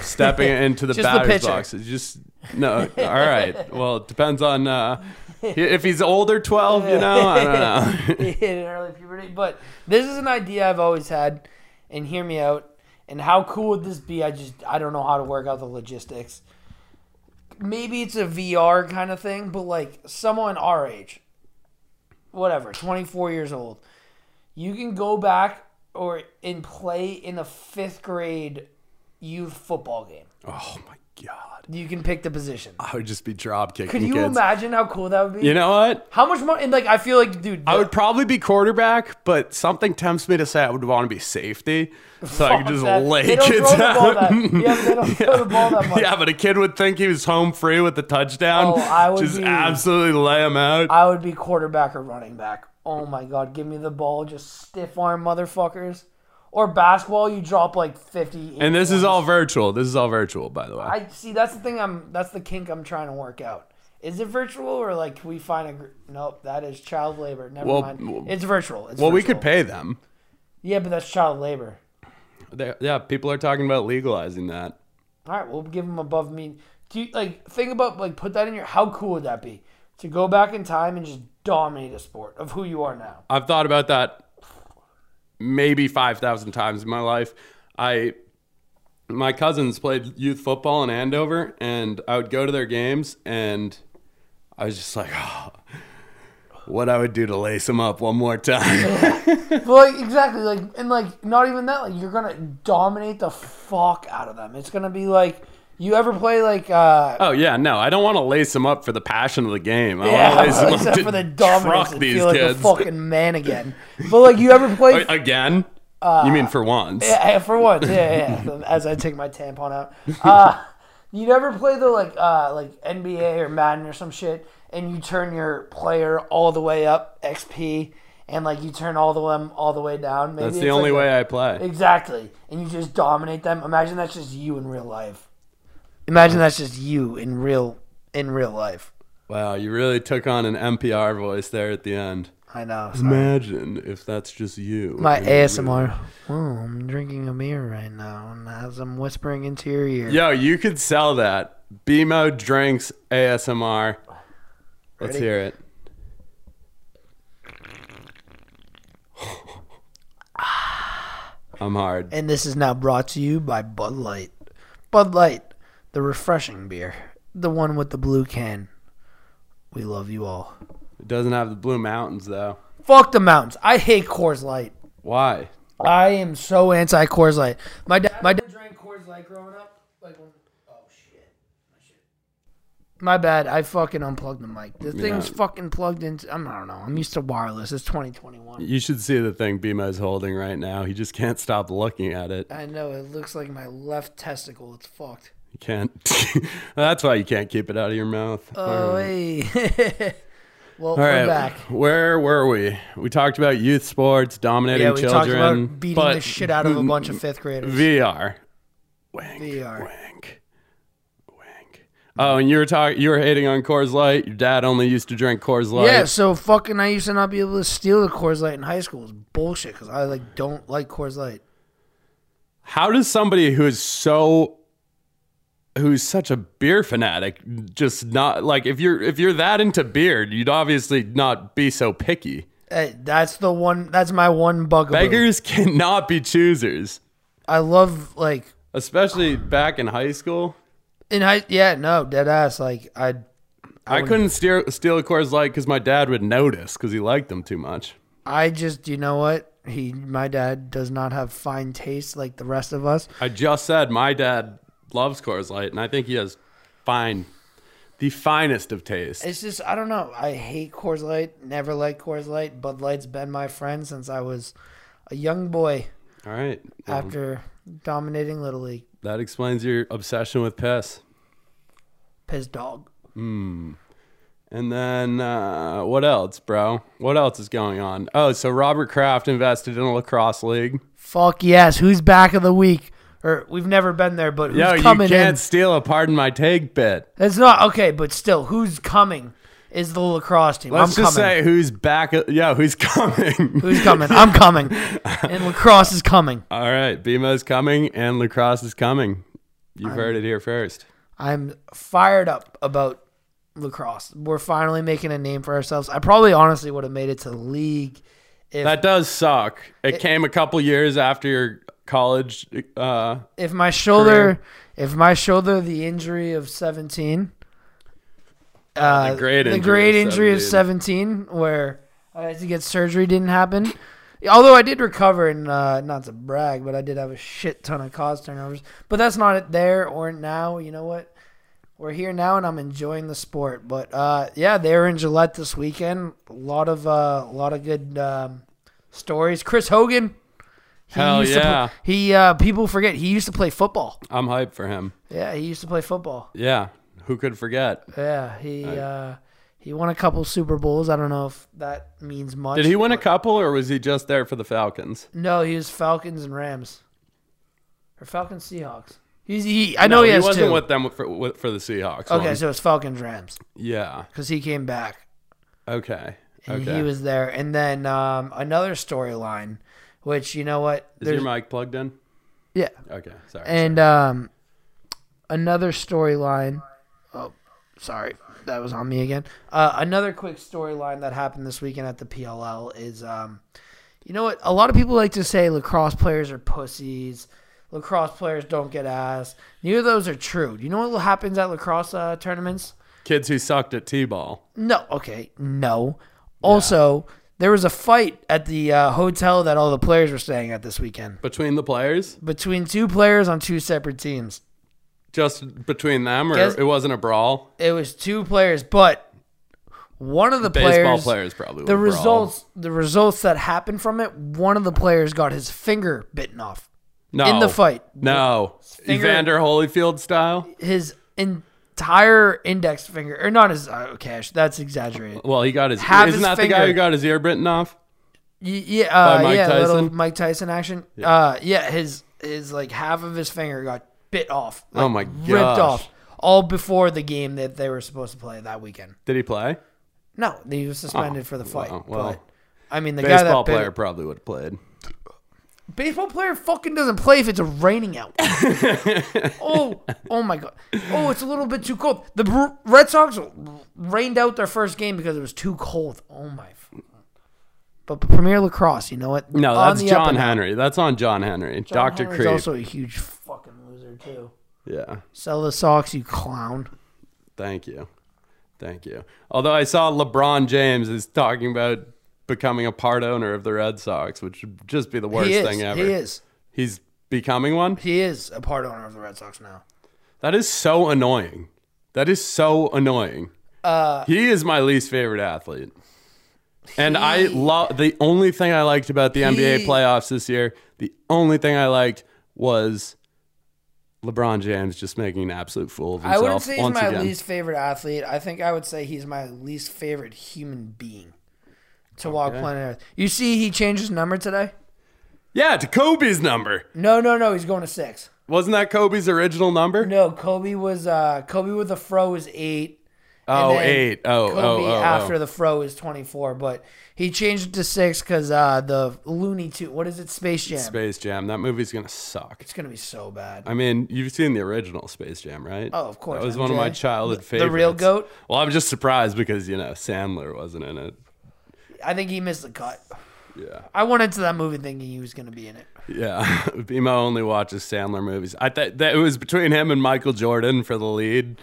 S1: stepping into the
S2: Just the
S1: batter's
S2: pitcher.
S1: box. It's just no. all right. Well, it depends on uh, if he's older, twelve. You know, I don't know.
S2: in early puberty. But this is an idea I've always had, and hear me out. And how cool would this be? I just I don't know how to work out the logistics. Maybe it's a VR kind of thing, but like someone our age, whatever, twenty four years old, you can go back or and play in a fifth grade youth football game.
S1: oh my god!
S2: You can pick the position.
S1: I would just be drop kicking
S2: Could you
S1: Ah, kids.
S2: imagine how cool that would be?
S1: you know what?
S2: how much money? And like, I feel like, dude,
S1: I would probably be quarterback, but something tempts me to say I would want to be safety, so I could
S2: Fuck
S1: just
S2: that.
S1: lay
S2: they don't
S1: kids
S2: throw the ball
S1: out.
S2: that. Yeah, they don't throw the ball that much.
S1: yeah, but a kid would think he was home free with the touchdown.
S2: Oh, I would
S1: just
S2: be-
S1: absolutely lay him out.
S2: I would be quarterback or running back. Oh my god, give me the ball, just stiff arm motherfuckers. Or basketball, you drop like fifty.
S1: and this is all virtual. This is all virtual, by the way.
S2: I see. That's the thing. I'm. That's the kink I'm trying to work out. Is it virtual or like can we find a? gr- Nope, that is child labor. Never
S1: Well,
S2: mind.
S1: w-
S2: It's virtual. It's
S3: Well, we could
S2: virtual.
S3: pay them.
S2: Yeah, but that's child labor.
S1: They- yeah, people are talking about legalizing that.
S2: All right, we'll give them above mean. Do you like think about like put that in your? How cool would that be to go back in time and just dominate a sport of who you are now?
S1: I've thought about that maybe 5,000 times in my life. I my cousins played youth football in Andover and I would go to their games and I was just like, oh, what I would do to lace them up one more time.
S2: Well, like, exactly. Like and like not even that. Like you're gonna dominate the fuck out of them. It's gonna be like you ever play like uh
S1: oh yeah, no, I don't want to lace them up for the passion of the game. I want to lace
S2: yeah,
S1: them up
S2: except
S1: to
S2: for the dominance
S1: truck
S2: and
S1: these
S2: feel like a
S1: kids Oh,
S2: fucking man again. But like you ever play
S1: again. you mean for once?
S2: Yeah, for once, yeah, yeah, yeah. As I take my tampon out, uh, you never play the like uh, like NBA or Madden or some shit, and you turn your player all the way up XP, and like you turn all the them all the way down. Maybe
S1: That's
S2: it's
S1: the only
S2: like
S1: way
S2: a-
S1: I play.
S2: exactly, and you just dominate them. Imagine that's just you in real life. Imagine that's just you in real in real life.
S1: Wow, you really took on an NPR voice there at the end.
S2: I know. sorry.
S1: Imagine if that's just you.
S2: My
S1: in the room.
S2: ASMR. Oh, I'm drinking a beer right now, and as I'm whispering into your ear.
S1: Yo, you could sell that. BMO drinks ASMR. Let's
S2: Ready?
S1: hear it. I'm hard.
S2: And this is now brought to you by Bud Light. Bud Light, the refreshing beer, the one with the blue can. We love you all.
S1: It doesn't have the Blue Mountains though.
S2: Fuck the mountains. I hate Coors Light.
S1: Why?
S2: I am so anti Coors Light. My dad, my dad drank Coors Light growing up. Like when, oh shit, my shit. My bad. I fucking unplugged the mic. The thing's fucking plugged into. I'm, I don't know. I'm used to wireless. It's 2021.
S1: You should see the thing BMO's holding right now. He just can't stop looking at it.
S2: I know it looks like my left testicle. It's fucked.
S1: You can't. That's why you can't keep it out of your mouth.
S2: Oh, hey. well,
S1: All
S2: we're
S1: right,
S2: back.
S1: where were we? We talked about youth sports dominating
S2: Yeah, we talked
S1: children,
S2: about beating
S1: but
S2: the shit out of a bunch of fifth graders.
S1: VR. Wink,
S2: VR.
S1: wink, wink. Oh, and you were talking. You were hating on Coors Light. Your dad only used to drink Coors Light.
S2: yeah, so fucking I used to not be able to steal the Coors Light in high school. It's bullshit because I like don't like Coors Light.
S1: How does somebody who is so, who's such a beer fanatic, just not like if you're if you're that into beer, you'd obviously not be so picky.
S2: Hey, Eh, that's the one. That's my one bugaboo.
S1: Beggars cannot be choosers,
S2: I love like
S1: especially back in high school.
S2: in high. Yeah, no, dead ass. Like I,
S1: I, couldn't steer, steal a Coors Light because my dad would notice because he liked them too much.
S2: I just you know what he. My dad does not have fine taste like the rest of us.
S1: I just said my dad loves Coors Light, and I think he has fine, the finest of taste.
S2: It's just I don't know. I hate Coors Light. Never liked Coors Light. Bud Light's been my friend since I was a young boy.
S1: All right,
S2: After dominating Little League,
S1: that explains your obsession with piss.
S2: piss dog.
S1: And then uh, what else, bro? What else is going on? Oh, so Robert Kraft invested in a lacrosse league.
S2: Fuck yes. Who's back of the week? Or we've never been there, but who's
S1: Yo, you
S2: coming
S1: can't
S2: in?
S1: steal a pardon my take bit.
S2: It's not okay, but still, who's coming? Is the lacrosse team?
S1: Let's
S2: I'm
S1: just
S2: coming.
S1: say who's back. uh, Yo, who's coming?
S2: who's coming? I'm coming, and lacrosse is coming.
S1: All right, BMO's coming and lacrosse is coming. You've heard it here first.
S2: I'm fired up about lacrosse. We're finally making a name for ourselves. I probably honestly would have made it to the league. If
S1: That does suck. It, came a couple years after your college. Uh,
S2: if my shoulder if my shoulder the injury of 17 uh,
S1: The great
S2: the
S1: injury
S2: great
S1: of
S2: injury of 17 where i had to get surgery didn't happen although i did recover and uh, not to brag but i did have a shit ton of cause turnovers but that's not it there or now you know what we're here now and i'm enjoying the sport but uh, yeah they were in gillette this weekend a lot of uh, a lot of good um, stories chris hogan he
S1: Hell
S2: used to pl-
S1: yeah.
S2: he uh, people forget he used to play football
S1: I'm hyped for him.
S2: yeah, he used to play football.
S1: Yeah, who could forget?
S2: Yeah, he uh, he won a couple Super Bowls. I don't know if that means much.
S1: Did he win a couple, or was he just there for the Falcons?
S2: No, he was Falcons and Rams. Or Falcons Seahawks. He's, he, I know he
S1: he
S2: has
S1: wasn't
S2: two.
S1: with them for, with, for the Seahawks.
S2: okay,
S1: one.
S2: so it's Falcons Rams
S1: yeah.
S2: because he came back.
S1: Okay.
S2: and
S1: Okay.
S2: He was there, and then um, another storyline, which you know what?
S1: Is your mic plugged in?
S2: yeah,
S1: Okay. Sorry.
S2: and um, another storyline. Oh, sorry, that was on me again. Uh, another quick storyline that happened this weekend at the PLL is, um, you know what? A lot of people like to say lacrosse players are pussies. Lacrosse players don't get ass. Neither of those are true. Do you know what happens at lacrosse uh, tournaments?
S1: Kids who sucked at t-ball.
S2: No. Okay. No. Also, there was a fight at the uh, hotel that all the players were staying at this weekend
S1: Between the players?
S2: between two players on two separate teams.
S1: Just between them or
S2: Guess-
S1: it wasn't a brawl?
S2: It was two players, but one of the
S1: Baseball
S2: players,
S1: players probably.
S2: the
S1: would brawl.
S2: results, the results that happened from it, one of the players got his finger bitten off.
S1: no.
S2: in the fight.
S1: No.
S2: Finger-
S1: Evander Holyfield style?
S2: His entire index finger, or not his uh, cash. That's exaggerated.
S1: Well, he got his.
S2: Half
S1: isn't
S2: his
S1: that the guy who
S2: finger.
S1: got his ear bitten off?
S2: Y- Yeah, uh,
S1: By Mike
S2: yeah, little
S1: Tyson?
S2: Mike Tyson action. Yeah. Uh, yeah, his his like half of his finger got bit off. Like,
S1: Oh my gosh.
S2: ripped off. All before the game that they were supposed to play that weekend.
S1: Did he play?
S2: No, he was suspended for the fight.
S1: well, Oh, well.
S2: but I mean, the guy
S1: Baseball
S2: that bit-
S1: player probably would have played.
S2: baseball player fucking doesn't play if it's raining out. oh, oh my god. Oh, it's a little bit too cold. The Bru- Red Sox rained out their first game because it was too cold. Oh my. f- But Premier Lacrosse, you know what?
S1: No,
S2: On
S1: that's
S2: the up
S1: John
S2: and up.
S1: Henry. That's on John Henry.
S2: Tom
S1: Doctor
S2: Henry's
S1: Creep.
S2: also a huge fucking loser too.
S1: yeah.
S2: Sell the socks, you clown.
S1: Thank you. Thank you. Although I saw LeBron James is talking about becoming a part owner of the Red Sox, which would just be the worst
S2: he is.
S1: thing ever.
S2: He is.
S1: He's becoming one?
S2: He is a part owner of the Red Sox now.
S1: That is so annoying. That is so annoying.
S2: Uh,
S1: he is my least favorite athlete. And I love the only thing I liked about the NBA
S2: He-
S1: playoffs this year, the only thing I liked was LeBron James just making an absolute fool of
S2: I
S1: himself
S2: wouldn't say he's
S1: once
S2: my
S1: again.
S2: least favorite athlete. I think I would say he's my least favorite human being to walk planet Earth. You see, he changed his number today.
S1: yeah, to Kobe's number.
S2: No, no, no. He's going to six.
S1: Wasn't that Kobe's original number?
S2: No, Kobe was uh Kobe with the fro was eight.
S1: Oh,
S2: and then
S1: eight. Oh,
S2: Kobe
S1: oh, oh, oh.
S2: after the fro is twenty four, but he changed it to six because uh the Looney Tune. What is it? Space Jam.
S1: Space Jam. That movie's gonna suck.
S2: It's gonna be so bad.
S1: I mean, you've seen the original Space Jam, right?
S2: Oh, of course,
S1: That was one of
S2: MJ.
S1: my childhood
S2: The-
S1: favorites.
S2: the real goat?
S1: Well, I'm just surprised because you know Sandler wasn't in it.
S2: I think he missed the cut.
S1: Yeah,
S2: I went into that movie thinking he was gonna be in it.
S1: yeah. Bimo only watches Sandler movies. I thought that it was between him and Michael Jordan for the lead,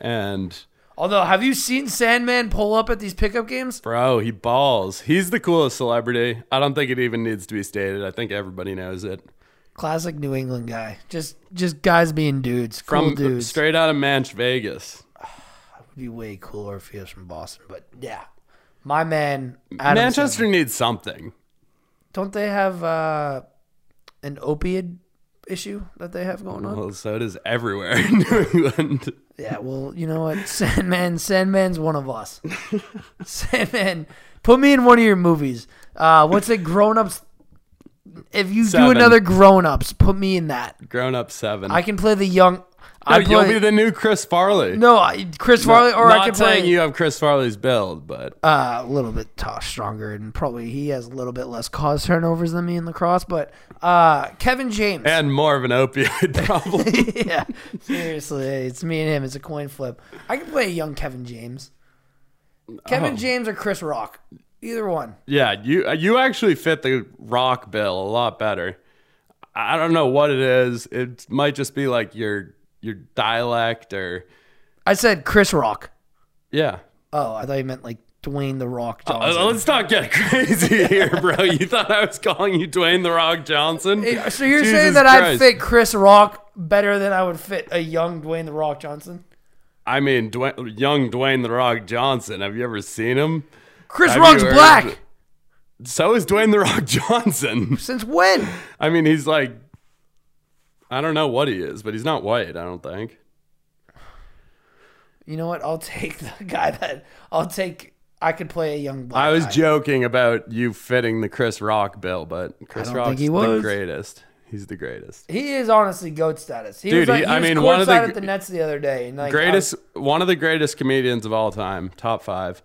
S1: and
S2: Although, have you seen Sandman pull up at these pickup games?
S1: bro, he balls. He's the coolest celebrity. I don't think it even needs to be stated. I think everybody knows it.
S2: Classic New England guy. Just just guys being dudes. Cool
S1: From
S2: dudes.
S1: straight out of Manch, Vegas.
S2: Would be way cooler if he was from Boston, but yeah. My man Adam
S1: Manchester needs something.
S2: Don't they have uh, an opiate issue that they have going on?
S1: Well, so does everywhere in New England.
S2: Yeah, well, you know what? Sandman, Sandman's one of us. Sandman, put me in one of your movies. Uh, what's it, Grown Ups? If you
S1: Seven.
S2: do another Grown Ups, put me in that.
S1: Grown up seven.
S2: I can play the young.
S1: No,
S2: I play,
S1: you'll be the new Chris Farley.
S2: no, I, Chris Farley, or
S1: Not
S2: I can
S1: saying
S2: play
S1: you have Chris Farley's build, but
S2: uh, a little bit tough, stronger, and probably he has a little bit less cause turnovers than me in lacrosse. But uh, Kevin James,
S1: and more of an opioid problem.
S2: yeah, seriously, it's me and him. It's a coin flip. I can play a young Kevin James,
S1: Oh.
S2: Kevin James or Chris Rock, either one.
S1: yeah, you uh, you actually fit the rock bill a lot better. I don't know what it is. It might just be like your your dialect or
S2: I said Chris Rock.
S1: yeah.
S2: Oh, I thought you meant like Dwayne the Rock
S1: Uh,
S2: Johnson.
S1: Let's not get crazy here, bro. You thought I was calling you Dwayne the Rock Johnson?
S2: Hey, so you're
S1: Jesus
S2: saying that I'd
S1: Christ.
S2: fit Chris Rock better than I would fit a young Dwayne the Rock Johnson?
S1: I mean, Dwayne, young Dwayne the Rock Johnson. Have you ever seen him?
S2: Chris
S1: Have you
S2: Rock's
S1: heard-
S2: black.
S1: So is Dwayne the Rock Johnson.
S2: Since when?
S1: I mean, he's like, I don't know what he is, but he's not white. I don't think.
S2: You know what? I'll take the guy that I'll take. I could play a young black.
S1: I was
S2: guy.
S1: joking about you fitting the Chris Rock bill, but Chris
S2: don't
S1: Rock's
S2: think he
S1: the
S2: was.
S1: greatest. He's the greatest.
S2: He is honestly goat status. He
S1: Dude,
S2: was like,
S1: he-
S2: he
S1: I
S2: was
S1: mean, one of the
S2: courtside
S1: gr-
S2: at the Nets the other day. And like,
S1: Greatest, one of the greatest comedians of all time. Top five.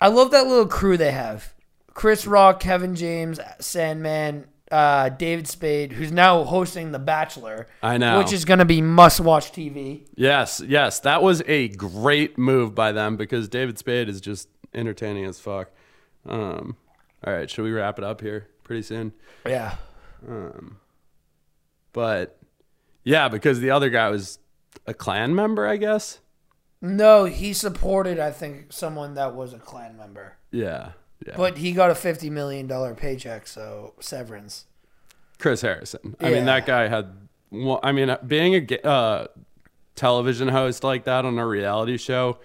S2: I, I love that little crew they have: Chris Rock, Kevin James, Sandman, uh, David Spade, who's now hosting The Bachelor,
S1: I know.
S2: which is going to be must-watch TV.
S1: Yes, yes, that was a great move by them because David Spade is just entertaining as fuck. Um, all right, should we wrap it up here pretty soon?
S2: Yeah,
S1: But yeah, because the other guy was a clan member, I guess.
S2: no, he supported I think someone that was a Klan member,
S1: Yeah, yeah.
S2: but he got a fifty million dollar paycheck, so severance.
S1: Chris Harrison. I mean,
S2: Yeah.
S1: that guy had. Well, I mean, being a ga- uh, television host like that on a reality show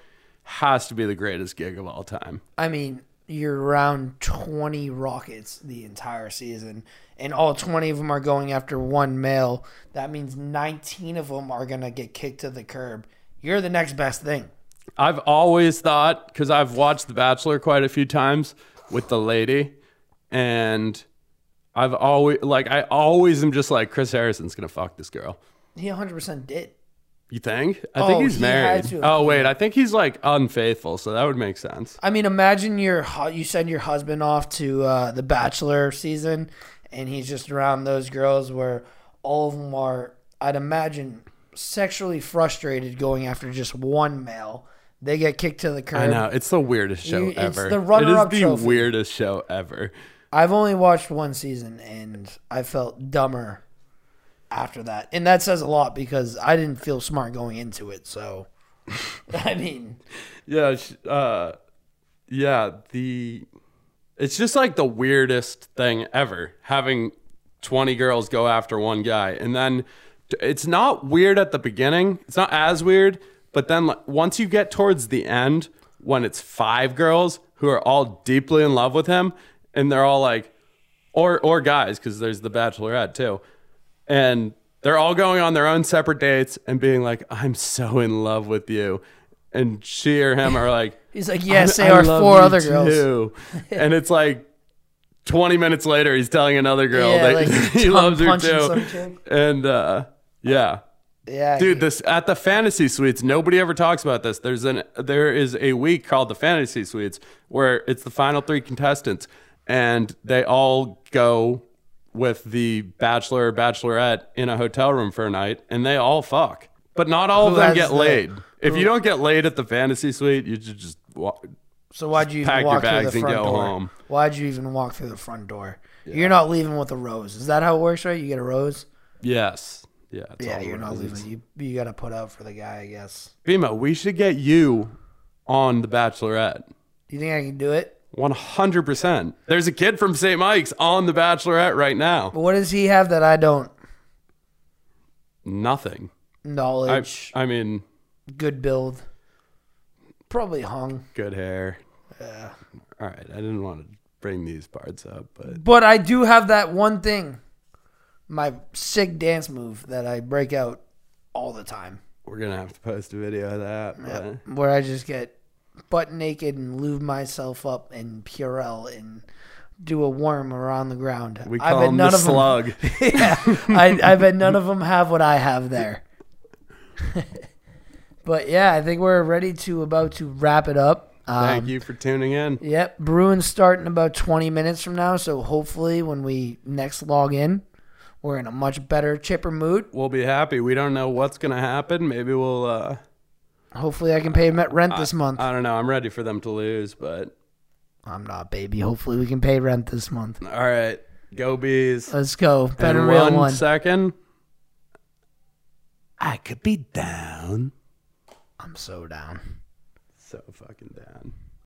S1: has to be the greatest gig of all time.
S2: I mean, you're around 20 Rockets the entire season, and all 20 of them are going after one male. That means 19 of them are going to get kicked to the curb. You're the next best thing.
S1: I've always thought because I've watched The Bachelor quite a few times with the lady, and I've always like I always am just like Chris Harrison's gonna fuck this girl.
S2: He 100% did.
S1: You think? I
S2: Oh,
S1: think he's
S2: he had
S1: married.
S2: to have
S1: Oh wait, I think he's like unfaithful, so that would make sense.
S2: I mean, imagine your hu- you send your husband off to uh, the Bachelor season, and he's just around those girls where all of them are, I'd imagine, sexually frustrated going after just one male. They get kicked to the curb.
S1: I know it's the weirdest show
S2: You- it's
S1: ever.
S2: the
S1: it
S2: runner-up
S1: is the
S2: trophy.
S1: weirdest show ever.
S2: I've only watched one season and I felt dumber after that. And that says a lot because I didn't feel smart going into it. So, I mean,
S1: Yeah, sh- uh, yeah. The it's just like the weirdest thing ever having twenty girls go after one guy, and then t- it's not weird at the beginning. It's not as weird, but then like, once you get towards the end, when it's five girls who are all deeply in love with him, and they're all like, or or guys, because there's the Bachelorette too, and they're all going on their own separate dates and being like, "I'm so in love with you," and she or him are like,
S2: he's like, yes,
S1: "I-
S2: they
S1: I
S2: are
S1: love
S2: four
S1: you
S2: other girls.
S1: too." and it's like 20 minutes later, he's telling another girl
S2: Yeah,
S1: that
S2: like,
S1: he
S2: tongue
S1: loves her
S2: punching
S1: too,
S2: some chick.
S1: and uh, yeah.
S2: Yeah.
S1: Dude, this at the fantasy suites, nobody ever talks about this. There's an there is a week called the fantasy suites where it's the final three contestants and they all go with the bachelor or bachelorette in a hotel room for a night and they all fuck. But not all
S2: Who
S1: of them
S2: has
S1: get
S2: the-
S1: laid. If you don't get laid at the fantasy suite, you should just wa-
S2: so, why'd you
S1: pack
S2: even
S1: your
S2: walk through the
S1: bags and
S2: front
S1: go
S2: door?
S1: home.
S2: Why'd you even walk through the front door? You're not leaving with a rose. Is that how it works, right? You get a rose?
S1: Yes. Yeah. it's
S2: Yeah,
S1: all
S2: you're not
S1: roses.
S2: leaving. You, you got to put up for the guy, I guess.
S1: Bima, we should get you on the bachelorette.
S2: You think I can do it?
S1: One hundred percent. There's a kid from St. Mike's on The Bachelorette right now.
S2: But what does he have that I don't?
S1: Nothing. I,
S2: Knowledge.
S1: I mean,
S2: good build. Probably hung.
S1: good hair. All right, I didn't want to bring these parts up, but
S2: But I do have that one thing. My sick dance move that I break out all the time.
S1: we're gonna have to post a video of that. But
S2: Where I just get butt naked and lube myself up in Purell and do a worm around the ground.
S1: we call him the slug.
S2: Them, yeah, I, I bet none of them have what I have there. but yeah, I think we're ready to about to wrap it up. Um,
S1: Thank you for tuning in.
S2: Yep, Bruins start in about 20 minutes from now, so hopefully when we next log in, we're in a much better chipper mood.
S1: We'll be happy. We don't know what's gonna happen. Maybe we'll. uh
S2: Hopefully I can pay met rent this month.
S1: I don't know. I'm ready for them to lose, but
S2: I'm not, baby. Hopefully we can pay rent this month.
S1: all right, go bees.
S2: Let's go. Better
S1: In
S2: real
S1: one
S2: one.
S1: second, I could be down.
S2: I'm so down.
S1: So fucking down.